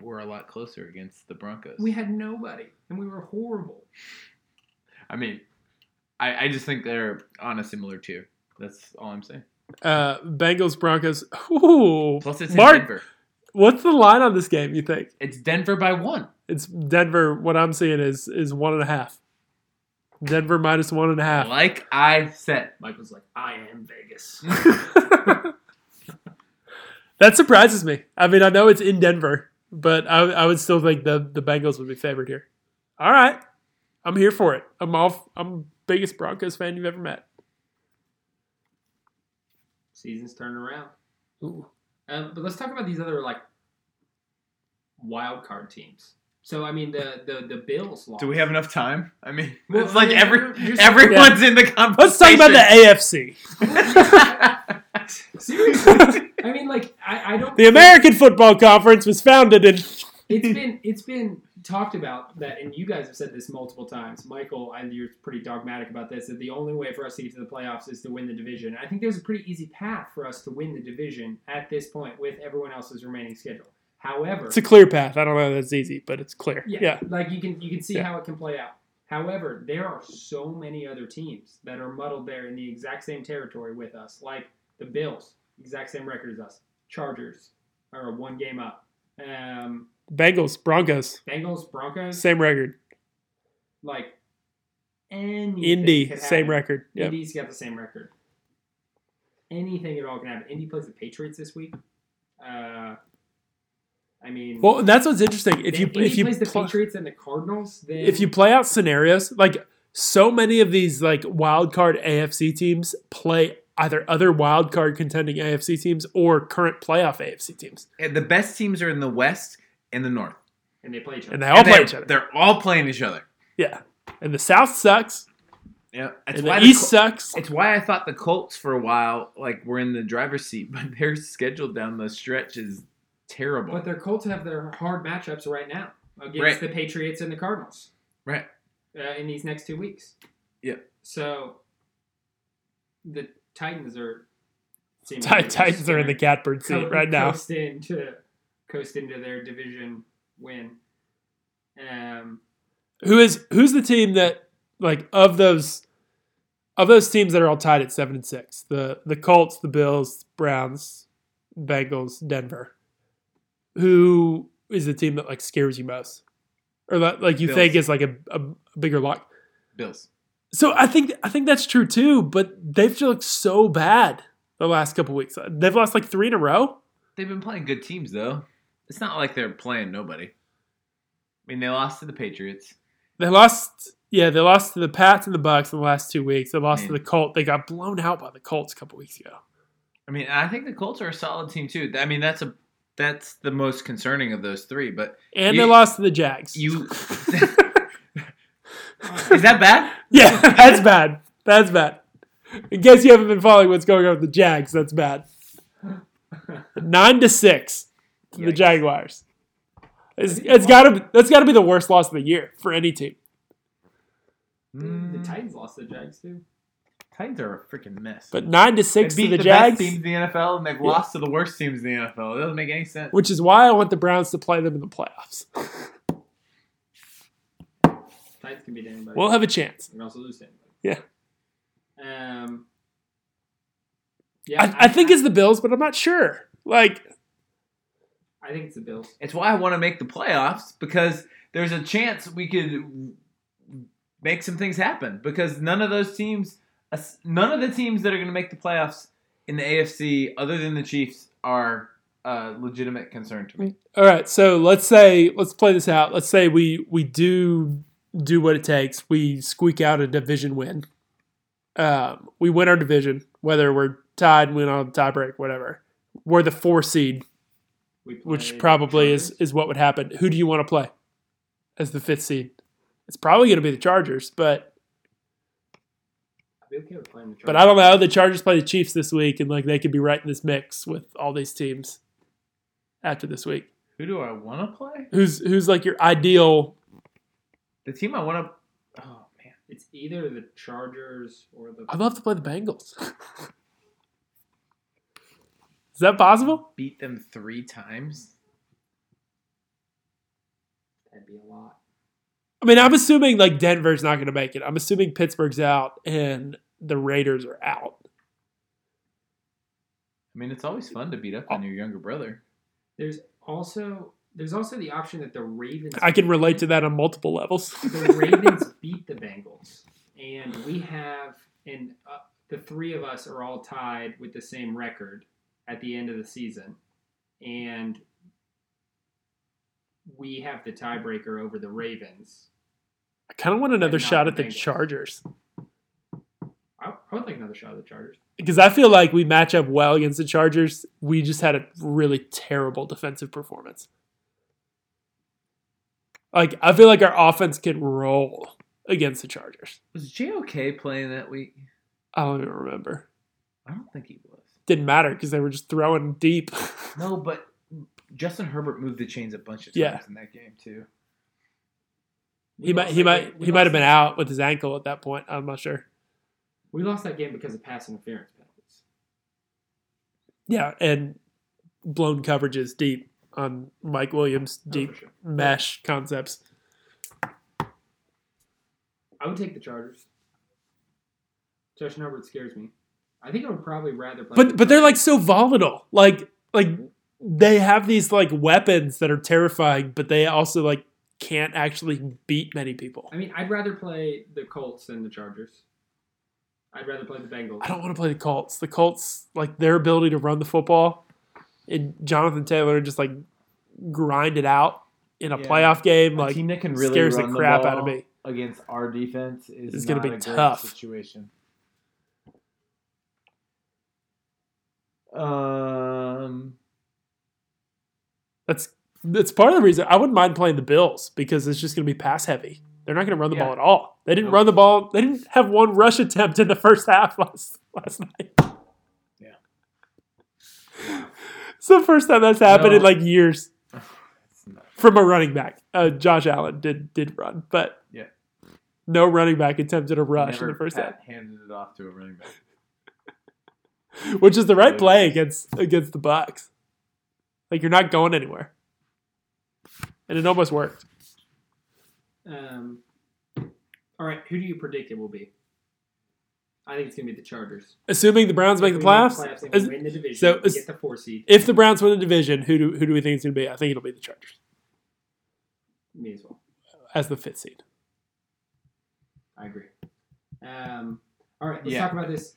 [SPEAKER 4] were a lot closer against the Broncos.
[SPEAKER 1] We had nobody, and we were horrible.
[SPEAKER 4] I mean, I, I just think they're on a similar tier. That's all I'm saying.
[SPEAKER 3] Uh Bengals Broncos. Ooh.
[SPEAKER 4] Plus, it's
[SPEAKER 3] Mark-
[SPEAKER 4] in Denver.
[SPEAKER 3] What's the line on this game? You think
[SPEAKER 4] It's Denver by one.
[SPEAKER 3] it's Denver? What I'm seeing is is one and a half. Denver minus one and a half.
[SPEAKER 4] Like I said,
[SPEAKER 1] Michael's like, I am Vegas.
[SPEAKER 3] [laughs] that surprises me. I mean, I know it's in Denver, but I, I would still think the the Bengals would be favored here. All right, I'm here for it. I'm off. I'm biggest Broncos fan you've ever met.
[SPEAKER 1] Season's turning around.
[SPEAKER 3] Ooh.
[SPEAKER 1] Um, but let's talk about these other like wild card teams. So I mean the the the Bills lost.
[SPEAKER 4] [laughs] do
[SPEAKER 1] [laughs]
[SPEAKER 4] we have enough time? I mean,
[SPEAKER 1] Well,
[SPEAKER 4] it's like
[SPEAKER 1] I mean,
[SPEAKER 4] every
[SPEAKER 1] you're- you're-
[SPEAKER 4] everyone's in the conversation.
[SPEAKER 3] Let's talk about the AFC,
[SPEAKER 4] [laughs]
[SPEAKER 1] Seriously,
[SPEAKER 3] [laughs]
[SPEAKER 1] I mean like I, I don't.
[SPEAKER 3] the American Football Conference was founded in.
[SPEAKER 1] It's been it's been talked about that, and you guys have said this multiple times. Michael, I, you're pretty dogmatic about this. That the only way for us to get to the playoffs is to win the division. I think there's a pretty easy path for us to win the division at this point with everyone else's remaining schedule. However,
[SPEAKER 3] It's a clear path. I don't know if that's easy, but it's clear.
[SPEAKER 1] yeah,
[SPEAKER 3] yeah.
[SPEAKER 1] like you can you can see
[SPEAKER 3] Yeah.
[SPEAKER 1] how it can play out. However, there are so many other teams that are muddled there in the exact same territory with us, like the Bills, exact same record as us. Chargers are a one game up. Um,
[SPEAKER 3] Bengals, Broncos,
[SPEAKER 1] Bengals, Broncos,
[SPEAKER 3] same record.
[SPEAKER 1] like anything
[SPEAKER 3] Indy,
[SPEAKER 1] could
[SPEAKER 3] same
[SPEAKER 1] happen.
[SPEAKER 3] record. Yep.
[SPEAKER 1] Indy's got the same record. Anything at all can happen. Indy plays the Patriots this week. Uh, I mean,
[SPEAKER 3] Well, that's what's interesting. If you
[SPEAKER 1] Indy
[SPEAKER 3] if you
[SPEAKER 1] plays the
[SPEAKER 3] pl-
[SPEAKER 1] Patriots and the Cardinals, then
[SPEAKER 3] if you play out scenarios, like so many of these like wild card AFC teams play either other wild card contending AFC teams or current playoff AFC teams,
[SPEAKER 4] And the best teams are in the West and the North.
[SPEAKER 1] and they play each other.
[SPEAKER 3] and they all
[SPEAKER 4] And
[SPEAKER 3] play
[SPEAKER 4] they're-
[SPEAKER 3] each other.
[SPEAKER 4] They're all playing each other.
[SPEAKER 3] Yeah, and the South sucks,
[SPEAKER 4] Yeah, that's
[SPEAKER 3] and
[SPEAKER 4] why
[SPEAKER 3] the
[SPEAKER 4] the
[SPEAKER 3] East
[SPEAKER 4] Col-
[SPEAKER 3] sucks.
[SPEAKER 4] it's why I thought the Colts for a while like were in the driver's seat, [laughs] but their schedule down the stretch is terrible.
[SPEAKER 1] But their Colts have their hard matchups right now against
[SPEAKER 4] Right.
[SPEAKER 1] the Patriots and the Cardinals.
[SPEAKER 4] Right.
[SPEAKER 1] Uh, in these next two weeks.
[SPEAKER 4] Yeah.
[SPEAKER 1] So the Titans are. seemingly
[SPEAKER 3] Ti-
[SPEAKER 1] just
[SPEAKER 3] Titans are in the
[SPEAKER 1] gonna
[SPEAKER 3] catbird
[SPEAKER 1] co-
[SPEAKER 3] seat right now.
[SPEAKER 1] Coast into coast into their division win. Um,
[SPEAKER 3] Who is who's the team that like of those of those teams that are all tied at seven and six? The the Colts, the Bills, Browns, Bengals, Denver. Who is the team that like scares you most, or that like you
[SPEAKER 4] Bills.
[SPEAKER 3] think is like a, a bigger lock?
[SPEAKER 4] Bills.
[SPEAKER 3] So I think I think that's true too. But they've just looked so bad the last couple weeks. They've lost like three in a row.
[SPEAKER 4] They've been playing good teams though. It's not like they're playing nobody. I mean, they lost to the Patriots.
[SPEAKER 3] They lost. Yeah, they lost to the Pats and the Bucks in the last two weeks. They lost to
[SPEAKER 4] Mm.
[SPEAKER 3] the Colts. They got blown out by the Colts a couple weeks ago.
[SPEAKER 4] I mean, I think the Colts are a solid team too. I mean, that's a that's the most concerning of those three. But
[SPEAKER 3] And
[SPEAKER 4] You-
[SPEAKER 3] they lost to the
[SPEAKER 1] [laughs]
[SPEAKER 3] Jags.
[SPEAKER 4] you [laughs] is that bad?
[SPEAKER 3] [laughs] yeah, that's bad. That's bad. In case you haven't been following what's going on with the Jags, that's bad. Nine to six to the
[SPEAKER 4] Yikes.
[SPEAKER 3] Jaguars. It's, it's gotta that's gotta be the worst loss of the year for any team.
[SPEAKER 1] the
[SPEAKER 4] Mm,
[SPEAKER 1] Titans lost the Jags too.
[SPEAKER 4] Titans are a freaking mess.
[SPEAKER 3] But nine to six
[SPEAKER 4] they
[SPEAKER 3] to
[SPEAKER 4] beat
[SPEAKER 3] the,
[SPEAKER 4] the
[SPEAKER 3] Jags,
[SPEAKER 4] best teams in the NFL and they've lost to the worst teams in the NFL. It doesn't make any sense.
[SPEAKER 3] which is why I want the Browns to play them in the playoffs.
[SPEAKER 1] Titans can beat anybody.
[SPEAKER 3] We'll have a chance.
[SPEAKER 1] they can also lose to anybody.
[SPEAKER 3] Yeah.
[SPEAKER 1] Um. Yeah,
[SPEAKER 3] I, I think it's the Bills, but I'm not sure. Like
[SPEAKER 1] I think it's the Bills.
[SPEAKER 4] It's why I want to make the playoffs because there's a chance we could make some things happen because none of those teams, none of the teams that are going to make the playoffs in the AFC, other than the Chiefs, are a legitimate concern to me.
[SPEAKER 3] All right, so let's say let's play this out. Let's say we we do do what it takes. We squeak out a division win. Um, we win our division, whether we're tied, win on tie break, whatever. We're the four seed,
[SPEAKER 1] We play
[SPEAKER 3] which
[SPEAKER 1] the
[SPEAKER 3] probably is
[SPEAKER 1] Chargers.
[SPEAKER 3] is what would happen. Who do you want to play as the fifth seed? It's probably going to be the Chargers, but
[SPEAKER 1] I'd be okay with playing the
[SPEAKER 3] but
[SPEAKER 1] Chargers.
[SPEAKER 3] I don't know. The Chargers play the Chiefs this week, and like they could be right in this mix with all these teams after this week.
[SPEAKER 4] Who do I want to play?
[SPEAKER 3] Who's who's like your ideal?
[SPEAKER 4] The team I want to. Oh man,
[SPEAKER 1] It's either the Chargers or the.
[SPEAKER 3] I'd love to play the Bengals. [laughs] Is that possible?
[SPEAKER 4] beat them three times.
[SPEAKER 1] That'd be a lot.
[SPEAKER 3] I mean, I'm assuming like Denver's not going to make it. I'm assuming Pittsburgh's out and the Raiders are out.
[SPEAKER 4] I mean, it's always fun to beat up
[SPEAKER 3] Oh.
[SPEAKER 4] on your younger brother.
[SPEAKER 1] There's also there's also the option that the Ravens.
[SPEAKER 3] I can relate to that on multiple levels.
[SPEAKER 1] [laughs] the Ravens beat the Bengals, and we have and uh, the three of us are all tied with the same record at the end of the season, and we have the tiebreaker over the Ravens.
[SPEAKER 3] I kind of want another
[SPEAKER 1] not
[SPEAKER 3] shot
[SPEAKER 1] the
[SPEAKER 3] at the
[SPEAKER 1] Bengals.
[SPEAKER 3] Chargers
[SPEAKER 1] I, I would like another shot at the Chargers.
[SPEAKER 3] because I feel like we match up well against the Chargers. We just had a really terrible defensive performance. Like I feel like our offense could roll against the Chargers.
[SPEAKER 4] Was JOK playing that week?
[SPEAKER 3] I don't even remember.
[SPEAKER 4] I don't think he was.
[SPEAKER 3] Didn't matter because they were just throwing deep. [laughs]
[SPEAKER 4] No, but Justin Herbert moved the chains a bunch of times
[SPEAKER 3] Yeah.
[SPEAKER 4] in that game too.
[SPEAKER 3] He might, he
[SPEAKER 1] that
[SPEAKER 3] might,
[SPEAKER 1] game- we
[SPEAKER 3] he might have
[SPEAKER 1] lost
[SPEAKER 3] been
[SPEAKER 1] that-
[SPEAKER 3] out with his ankle at that point. I'm not sure.
[SPEAKER 1] We lost that game because of pass interference penalties. Oh,
[SPEAKER 3] Yeah, and blown coverages deep on Mike Williams
[SPEAKER 1] Oh,
[SPEAKER 3] deep
[SPEAKER 1] for sure.
[SPEAKER 3] mesh concepts.
[SPEAKER 1] I would take the Chargers. Josh Norwood scares me. I think I would probably rather play.
[SPEAKER 3] But but they're like so volatile. Like like they have these like weapons that are terrifying, but they also like can't actually beat many people.
[SPEAKER 1] I mean, I'd rather play the Colts than the Chargers. I'd rather play the Bengals.
[SPEAKER 3] I don't want to play the Colts. The Colts like their ability to run the football and Jonathan Taylor just like grind it out in a
[SPEAKER 4] Yeah.
[SPEAKER 3] playoff game
[SPEAKER 4] a
[SPEAKER 3] like
[SPEAKER 4] team that can really
[SPEAKER 3] scares the
[SPEAKER 4] run
[SPEAKER 3] crap
[SPEAKER 4] ball
[SPEAKER 3] out of me.
[SPEAKER 4] against our defense is
[SPEAKER 3] It's
[SPEAKER 4] going
[SPEAKER 3] gonna
[SPEAKER 4] to
[SPEAKER 3] be
[SPEAKER 4] be a
[SPEAKER 3] tough.
[SPEAKER 4] tough situation. Um,
[SPEAKER 3] That's that's part of the reason I wouldn't mind playing the Bills because it's just going to be pass heavy. They're not going to run the
[SPEAKER 4] Yeah.
[SPEAKER 3] ball at all. They didn't
[SPEAKER 4] Nope.
[SPEAKER 3] run the ball. They didn't have one rush attempt in the first half [laughs] last last night.
[SPEAKER 4] Yeah.
[SPEAKER 3] It's the first time that's happened in
[SPEAKER 4] No.
[SPEAKER 3] like years
[SPEAKER 4] it's not-
[SPEAKER 3] from a running back. Uh, Josh Allen did did run, but
[SPEAKER 4] Yeah.
[SPEAKER 3] no running back attempted a rush
[SPEAKER 4] never
[SPEAKER 3] in the first
[SPEAKER 4] Pat handed it off to a running back.
[SPEAKER 3] half, which is the right
[SPEAKER 4] Good.
[SPEAKER 3] play against against the Bucks. Like you're not going anywhere, and it almost worked.
[SPEAKER 1] Um, all right, who do you predict it will be? I think it's going to be the Chargers.
[SPEAKER 3] Assuming the Browns make
[SPEAKER 1] If
[SPEAKER 3] the
[SPEAKER 1] we make
[SPEAKER 3] playoffs,
[SPEAKER 1] playoffs and
[SPEAKER 3] is-
[SPEAKER 1] we win the division.
[SPEAKER 3] so
[SPEAKER 1] we
[SPEAKER 3] is-
[SPEAKER 1] get the four seed.
[SPEAKER 3] if the Browns win the division, who do who do we think it's going to be? I think it'll be the Chargers
[SPEAKER 1] Me as well.
[SPEAKER 3] as the fifth seed.
[SPEAKER 1] I agree. Um, all right, let's
[SPEAKER 4] Yeah.
[SPEAKER 1] talk about this.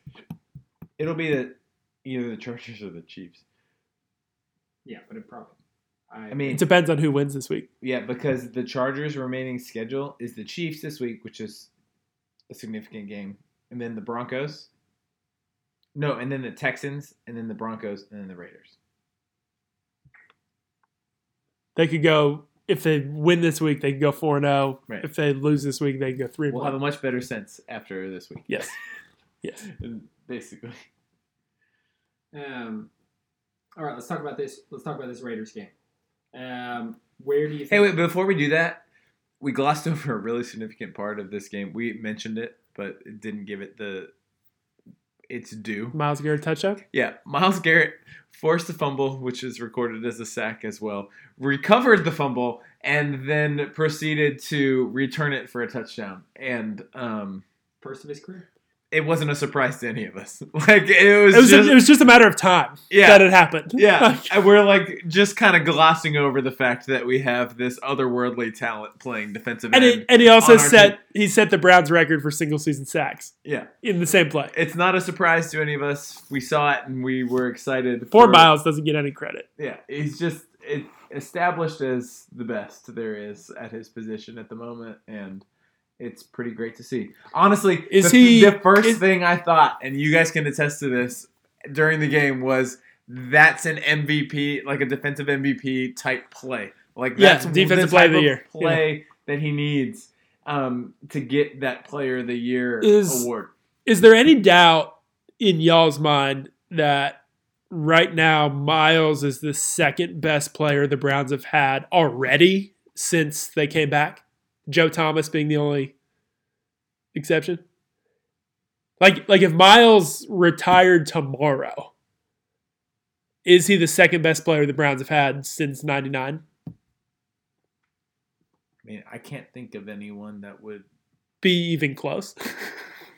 [SPEAKER 4] It'll be the either the Chargers or the Chiefs.
[SPEAKER 1] Yeah, but it probably. I,
[SPEAKER 4] I
[SPEAKER 3] It
[SPEAKER 4] mean,
[SPEAKER 3] depends on who wins this week.
[SPEAKER 4] yeah, because the Chargers' remaining schedule is the Chiefs this week, which is a significant game, and then the Broncos. No, and then the Texans, and then the Broncos, and then the Raiders.
[SPEAKER 3] They could go if they win this week, they can go four and zero.
[SPEAKER 4] Right.
[SPEAKER 3] If they lose this week, they can go three and
[SPEAKER 4] We'll have
[SPEAKER 3] one.
[SPEAKER 4] a much better sense after this week.
[SPEAKER 3] Yes, yes.
[SPEAKER 4] Basically.
[SPEAKER 1] um, all right, let's talk about this. Let's talk about this Raiders game. Um, where do you? Think
[SPEAKER 4] Hey, wait, before we do that, we glossed [laughs] over a really significant part of this game. We mentioned it, but it didn't give it the its due.
[SPEAKER 3] Miles Garrett touchdown.
[SPEAKER 4] Yeah, Miles Garrett forced a fumble, which is recorded as a sack as well, recovered the fumble, and then proceeded to return it for a touchdown. And um,
[SPEAKER 1] First of his career.
[SPEAKER 4] it wasn't a surprise to any of us. [laughs] Like, it was,
[SPEAKER 3] It was
[SPEAKER 4] just.
[SPEAKER 3] it was just a matter of time
[SPEAKER 4] yeah.
[SPEAKER 3] that it happened. [laughs]
[SPEAKER 4] Yeah, and we're like just kind of glossing over the fact that we have this otherworldly talent playing defensive
[SPEAKER 3] and
[SPEAKER 4] end.
[SPEAKER 3] it, and he also
[SPEAKER 4] on our
[SPEAKER 3] set he set the Browns record for single season sacks
[SPEAKER 4] yeah,
[SPEAKER 3] in the same play.
[SPEAKER 4] it's not a surprise to any of us. We saw it and we were excited.
[SPEAKER 3] Poor
[SPEAKER 4] for-
[SPEAKER 3] Miles doesn't get any credit.
[SPEAKER 4] Yeah, he's just it, established as the best there is at his position at the moment, and it's pretty great to see. Honestly,
[SPEAKER 3] Is
[SPEAKER 4] the,
[SPEAKER 3] he-
[SPEAKER 4] the first
[SPEAKER 3] is-
[SPEAKER 4] thing I thought, and you guys can attest to this during the game, was that's an MVP, like a defensive MVP type play. Like
[SPEAKER 3] Yeah,
[SPEAKER 4] that's
[SPEAKER 3] defensive play of the
[SPEAKER 4] type
[SPEAKER 3] year.
[SPEAKER 4] play that he needs um, to get that player of the year
[SPEAKER 3] Is-
[SPEAKER 4] award.
[SPEAKER 3] Is there any doubt in y'all's mind that right now Miles is the second best player the Browns have had already since they came back? Joe Thomas being the only exception. Like like if Miles retired tomorrow, is he the second best player the Browns have had since 99?
[SPEAKER 4] I mean, I can't think of anyone that would.
[SPEAKER 3] be even close.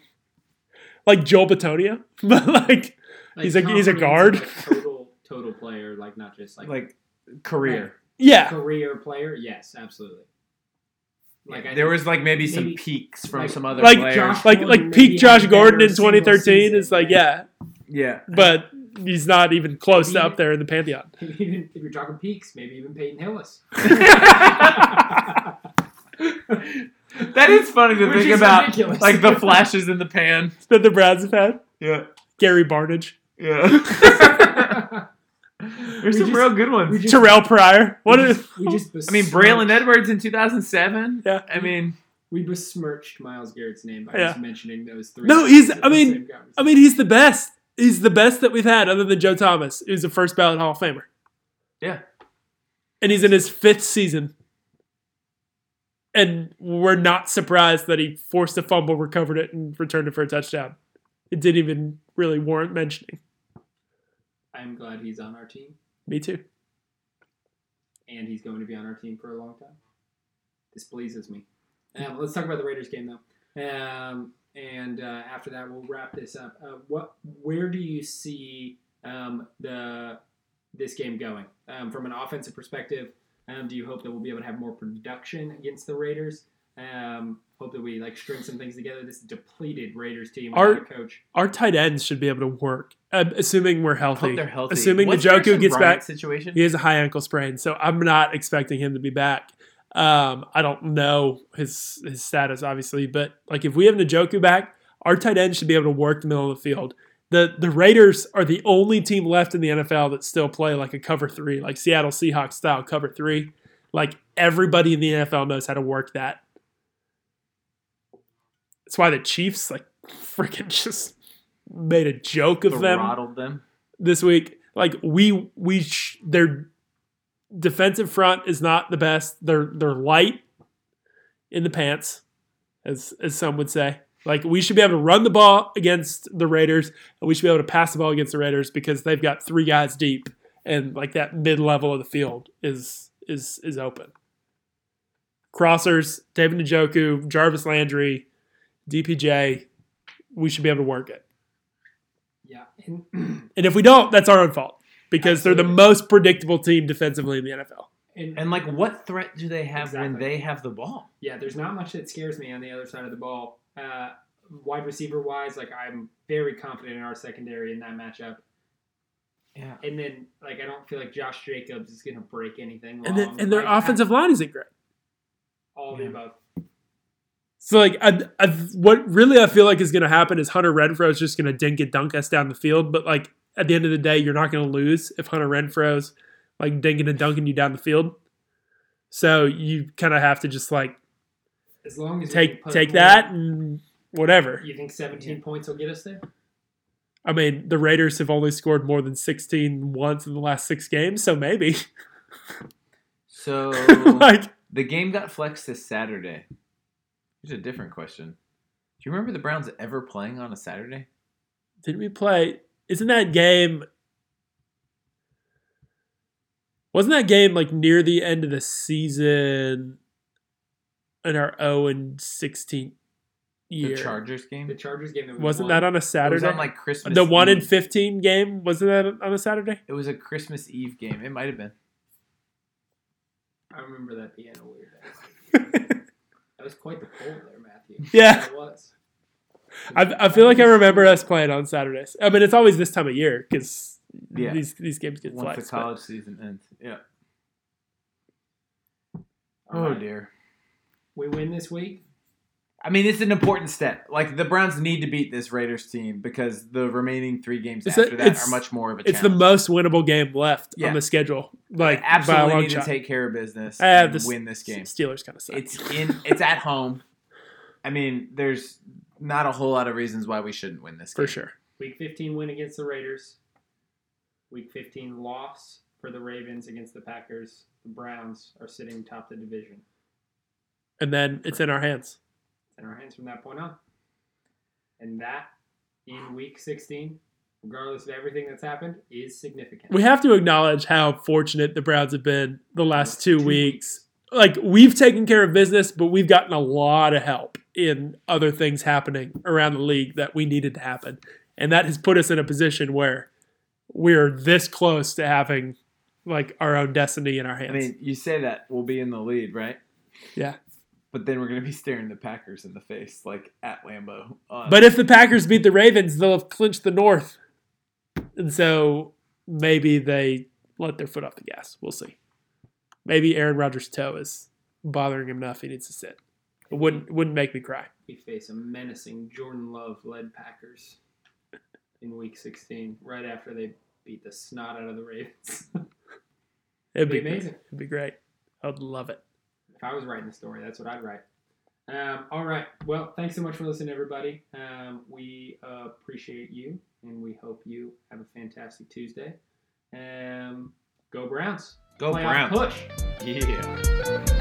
[SPEAKER 3] [laughs] like Joel Batonio, [laughs] but like He's a- he's a guard.
[SPEAKER 1] comprehensive, like, total total player, like not just like,
[SPEAKER 4] like career.
[SPEAKER 3] yeah,
[SPEAKER 1] career player. Yes, absolutely. Like I
[SPEAKER 4] there
[SPEAKER 1] think-
[SPEAKER 4] was like maybe, some
[SPEAKER 1] maybe-
[SPEAKER 4] peaks from
[SPEAKER 1] like-
[SPEAKER 4] some other
[SPEAKER 3] like
[SPEAKER 4] players.
[SPEAKER 1] Josh-
[SPEAKER 3] like
[SPEAKER 1] Gordon
[SPEAKER 3] like
[SPEAKER 1] maybe
[SPEAKER 3] peak Josh
[SPEAKER 1] had a better
[SPEAKER 3] Gordon in
[SPEAKER 1] single
[SPEAKER 3] 2013
[SPEAKER 1] season,
[SPEAKER 3] is like
[SPEAKER 1] right?
[SPEAKER 3] yeah,
[SPEAKER 4] yeah,
[SPEAKER 3] but he's not even close to
[SPEAKER 1] Maybe-
[SPEAKER 3] up there in the pantheon.
[SPEAKER 1] Maybe [laughs] even, if you're talking peaks, maybe even Peyton Hillis.
[SPEAKER 4] [laughs] that is funny to
[SPEAKER 1] Which
[SPEAKER 4] think
[SPEAKER 1] is
[SPEAKER 4] about.
[SPEAKER 1] ridiculous.
[SPEAKER 4] Like the flashes in the pan.
[SPEAKER 3] That the Browns have had
[SPEAKER 4] Yeah,
[SPEAKER 3] Gary Barnage,
[SPEAKER 4] yeah. [laughs] There's
[SPEAKER 1] We
[SPEAKER 4] some
[SPEAKER 1] just-
[SPEAKER 4] real good
[SPEAKER 1] we
[SPEAKER 4] ones.
[SPEAKER 1] just- [laughs]
[SPEAKER 3] Terrell Pryor. What
[SPEAKER 1] we
[SPEAKER 3] is
[SPEAKER 1] just, we just
[SPEAKER 4] I mean, Braylon Edwards in 2007.
[SPEAKER 3] Yeah.
[SPEAKER 4] I mean,
[SPEAKER 1] We besmirched Miles Garrett's name by just mentioning those three.
[SPEAKER 3] No, he's-
[SPEAKER 1] names in the
[SPEAKER 3] I mean-
[SPEAKER 1] same conversation.
[SPEAKER 3] [laughs] I mean, he's the best. He's the best that we've had, other than Joe Thomas, who's a first ballot Hall of Famer.
[SPEAKER 4] Yeah.
[SPEAKER 3] And he's in his fifth season. And we're not surprised that he forced a fumble, recovered it, and returned it for a touchdown. It didn't even really warrant mentioning.
[SPEAKER 1] I'm glad he's on our team,
[SPEAKER 3] Me too.
[SPEAKER 1] and he's going to be on our team for a long time. This pleases me. Um, let's talk about the Raiders game though. Um, and uh, after that, we'll wrap this up. Uh, what, where do you see um, the this game going um, from an offensive perspective? Um, do you hope that we'll be able to have more production against the Raiders? Um, hope that we like string some things together. This depleted Raiders team,
[SPEAKER 3] Our-
[SPEAKER 1] without a coach.
[SPEAKER 3] Our tight ends should be able to work, uh, assuming we're
[SPEAKER 4] Hope
[SPEAKER 3] healthy.
[SPEAKER 4] they're healthy.
[SPEAKER 3] Assuming
[SPEAKER 4] What's
[SPEAKER 3] Njoku
[SPEAKER 4] Harrison
[SPEAKER 3] gets
[SPEAKER 4] Bryant's
[SPEAKER 3] back-
[SPEAKER 4] situation.
[SPEAKER 3] He has a high ankle sprain, so I'm not expecting him to be back. Um, I don't know his his status obviously, but like if we have Njoku back, our tight end should be able to work the middle of the field. The the Raiders are the only team left in the NFL that still play like a cover three, like Seattle Seahawks style cover three. Like everybody in the NFL knows how to work that. That's why the Chiefs like [laughs] freaking just made a joke of them
[SPEAKER 4] Throttled them.
[SPEAKER 3] this week. Like we we sh- their defensive front is not the best. They're they're light in the pants, as as some would say. Like we should be able to run the ball against the Raiders, and we should be able to pass the ball against the Raiders because they've got three guys deep, and like that mid level of the field is is is open. Crossers, David Njoku, Jarvis Landry, DPJ, we should be able to work it.
[SPEAKER 1] Yeah, and, [clears throat]
[SPEAKER 3] And if we don't, that's our own fault because they're the
[SPEAKER 1] Absolutely.
[SPEAKER 3] most predictable team defensively in the NFL.
[SPEAKER 1] and,
[SPEAKER 4] And like, what threat do they have when
[SPEAKER 1] Exactly.
[SPEAKER 4] they have the ball?
[SPEAKER 1] yeah, there's not much that scares me on the other side of the ball. Uh, wide receiver wise, like I'm very confident in our secondary in that matchup.
[SPEAKER 4] Yeah.
[SPEAKER 1] And then like I don't feel like Josh Jacobs is gonna break anything.
[SPEAKER 3] And
[SPEAKER 1] long.
[SPEAKER 3] then, and their
[SPEAKER 1] Like, I-
[SPEAKER 3] offensive line isn't great.
[SPEAKER 1] all of the
[SPEAKER 4] Yeah.
[SPEAKER 1] above.
[SPEAKER 3] So like, I, I, what really I feel like is going to happen is Hunter Renfro is just going to dink and dunk us down the field. But like at the end of the day, you're not going to lose if Hunter Renfro's like dinking and dunking you down the field. So you kind of have to just like
[SPEAKER 1] As long as we can
[SPEAKER 3] take
[SPEAKER 1] put
[SPEAKER 3] take
[SPEAKER 1] more-
[SPEAKER 3] that and whatever.
[SPEAKER 1] You think 17 points will get us there?
[SPEAKER 3] I mean, the Raiders have only scored more than 16 once in the last six games, so maybe
[SPEAKER 4] [laughs] So
[SPEAKER 3] [laughs] like
[SPEAKER 4] the game got flexed this Saturday. Here's a different question. Do you remember the Browns ever playing on a Saturday?
[SPEAKER 3] Did we play? Isn't that game? Wasn't that game like near the end of the season? In our zero and sixteen year,
[SPEAKER 4] The Chargers game.
[SPEAKER 1] The Chargers game that we won.
[SPEAKER 3] wasn't that on
[SPEAKER 4] It
[SPEAKER 3] a
[SPEAKER 4] was
[SPEAKER 3] Saturday?
[SPEAKER 4] on like Christmas.
[SPEAKER 3] the one in
[SPEAKER 4] Eve.
[SPEAKER 3] fifteen game wasn't that on a Saturday?
[SPEAKER 4] It was a Christmas Eve game. It might have been.
[SPEAKER 1] I remember that being a weird.
[SPEAKER 3] [laughs]
[SPEAKER 1] That was quite the poll there, Matthew.
[SPEAKER 3] Yeah.
[SPEAKER 1] That was.
[SPEAKER 3] I, I feel like I remember us playing on Saturdays. I mean, it's always this time of year because
[SPEAKER 4] Yeah.
[SPEAKER 3] these these games get
[SPEAKER 4] Once
[SPEAKER 3] flexed.
[SPEAKER 4] the
[SPEAKER 3] but-
[SPEAKER 4] college season ends. Yeah.
[SPEAKER 1] All
[SPEAKER 4] Oh
[SPEAKER 1] right.
[SPEAKER 4] dear.
[SPEAKER 1] We win this week.
[SPEAKER 4] I mean, it's an important step. Like the Browns need to beat this Raiders team because the remaining three games
[SPEAKER 3] It's a-
[SPEAKER 4] after that
[SPEAKER 3] it's-
[SPEAKER 4] are much more of a challenge.
[SPEAKER 3] It's the most winnable game left
[SPEAKER 4] Yeah.
[SPEAKER 3] on the schedule. Like by a
[SPEAKER 4] absolutely
[SPEAKER 3] long
[SPEAKER 4] need
[SPEAKER 3] shot.
[SPEAKER 4] to take care of business
[SPEAKER 3] I have
[SPEAKER 4] and
[SPEAKER 3] this-
[SPEAKER 4] win this game.
[SPEAKER 3] Steelers kind of suck.
[SPEAKER 4] It's in. It's at home. I mean, there's not a whole lot of reasons why we shouldn't win this game.
[SPEAKER 3] for sure.
[SPEAKER 1] Week 15 win against the Raiders. Week 15 loss for the Ravens against the Packers. The Browns are sitting top the division.
[SPEAKER 3] And then it's in our hands.
[SPEAKER 1] in our hands from that point on. And that, in week 16, regardless of everything that's happened, is significant.
[SPEAKER 3] We have to acknowledge how fortunate the Browns have been the last two weeks. Like we've taken care of business, but we've gotten a lot of help in other things happening around the league that we needed to happen. And that has put us in a position where we're this close to having like our own destiny in our
[SPEAKER 4] I
[SPEAKER 3] hands.
[SPEAKER 4] mean, you say that we'll be in the lead, right?
[SPEAKER 3] Yeah.
[SPEAKER 4] But then we're gonna be staring the Packers in the face, like at Lambeau. Uh, on-
[SPEAKER 3] but if the Packers beat the Ravens, they'll have clinched the North. And so maybe they let their foot off the gas. We'll see. Maybe Aaron Rodgers' toe is bothering him enough. He needs to sit. It wouldn't wouldn't make me cry.
[SPEAKER 1] We face a menacing Jordan Love led Packers in week 16, right after they beat the snot out of the Ravens. [laughs]
[SPEAKER 3] It'd
[SPEAKER 1] Be
[SPEAKER 3] be, amazing.
[SPEAKER 1] amazing.
[SPEAKER 3] It'd be great. I'd love it.
[SPEAKER 1] if I was writing the story, that's what I'd write. Um, all right. Well, thanks so much for listening, everybody. Um, we uh, appreciate you, and we hope you have a fantastic Tuesday. Um, go Browns.
[SPEAKER 4] go
[SPEAKER 1] Playoff
[SPEAKER 4] Browns.
[SPEAKER 1] Push.
[SPEAKER 4] Yeah.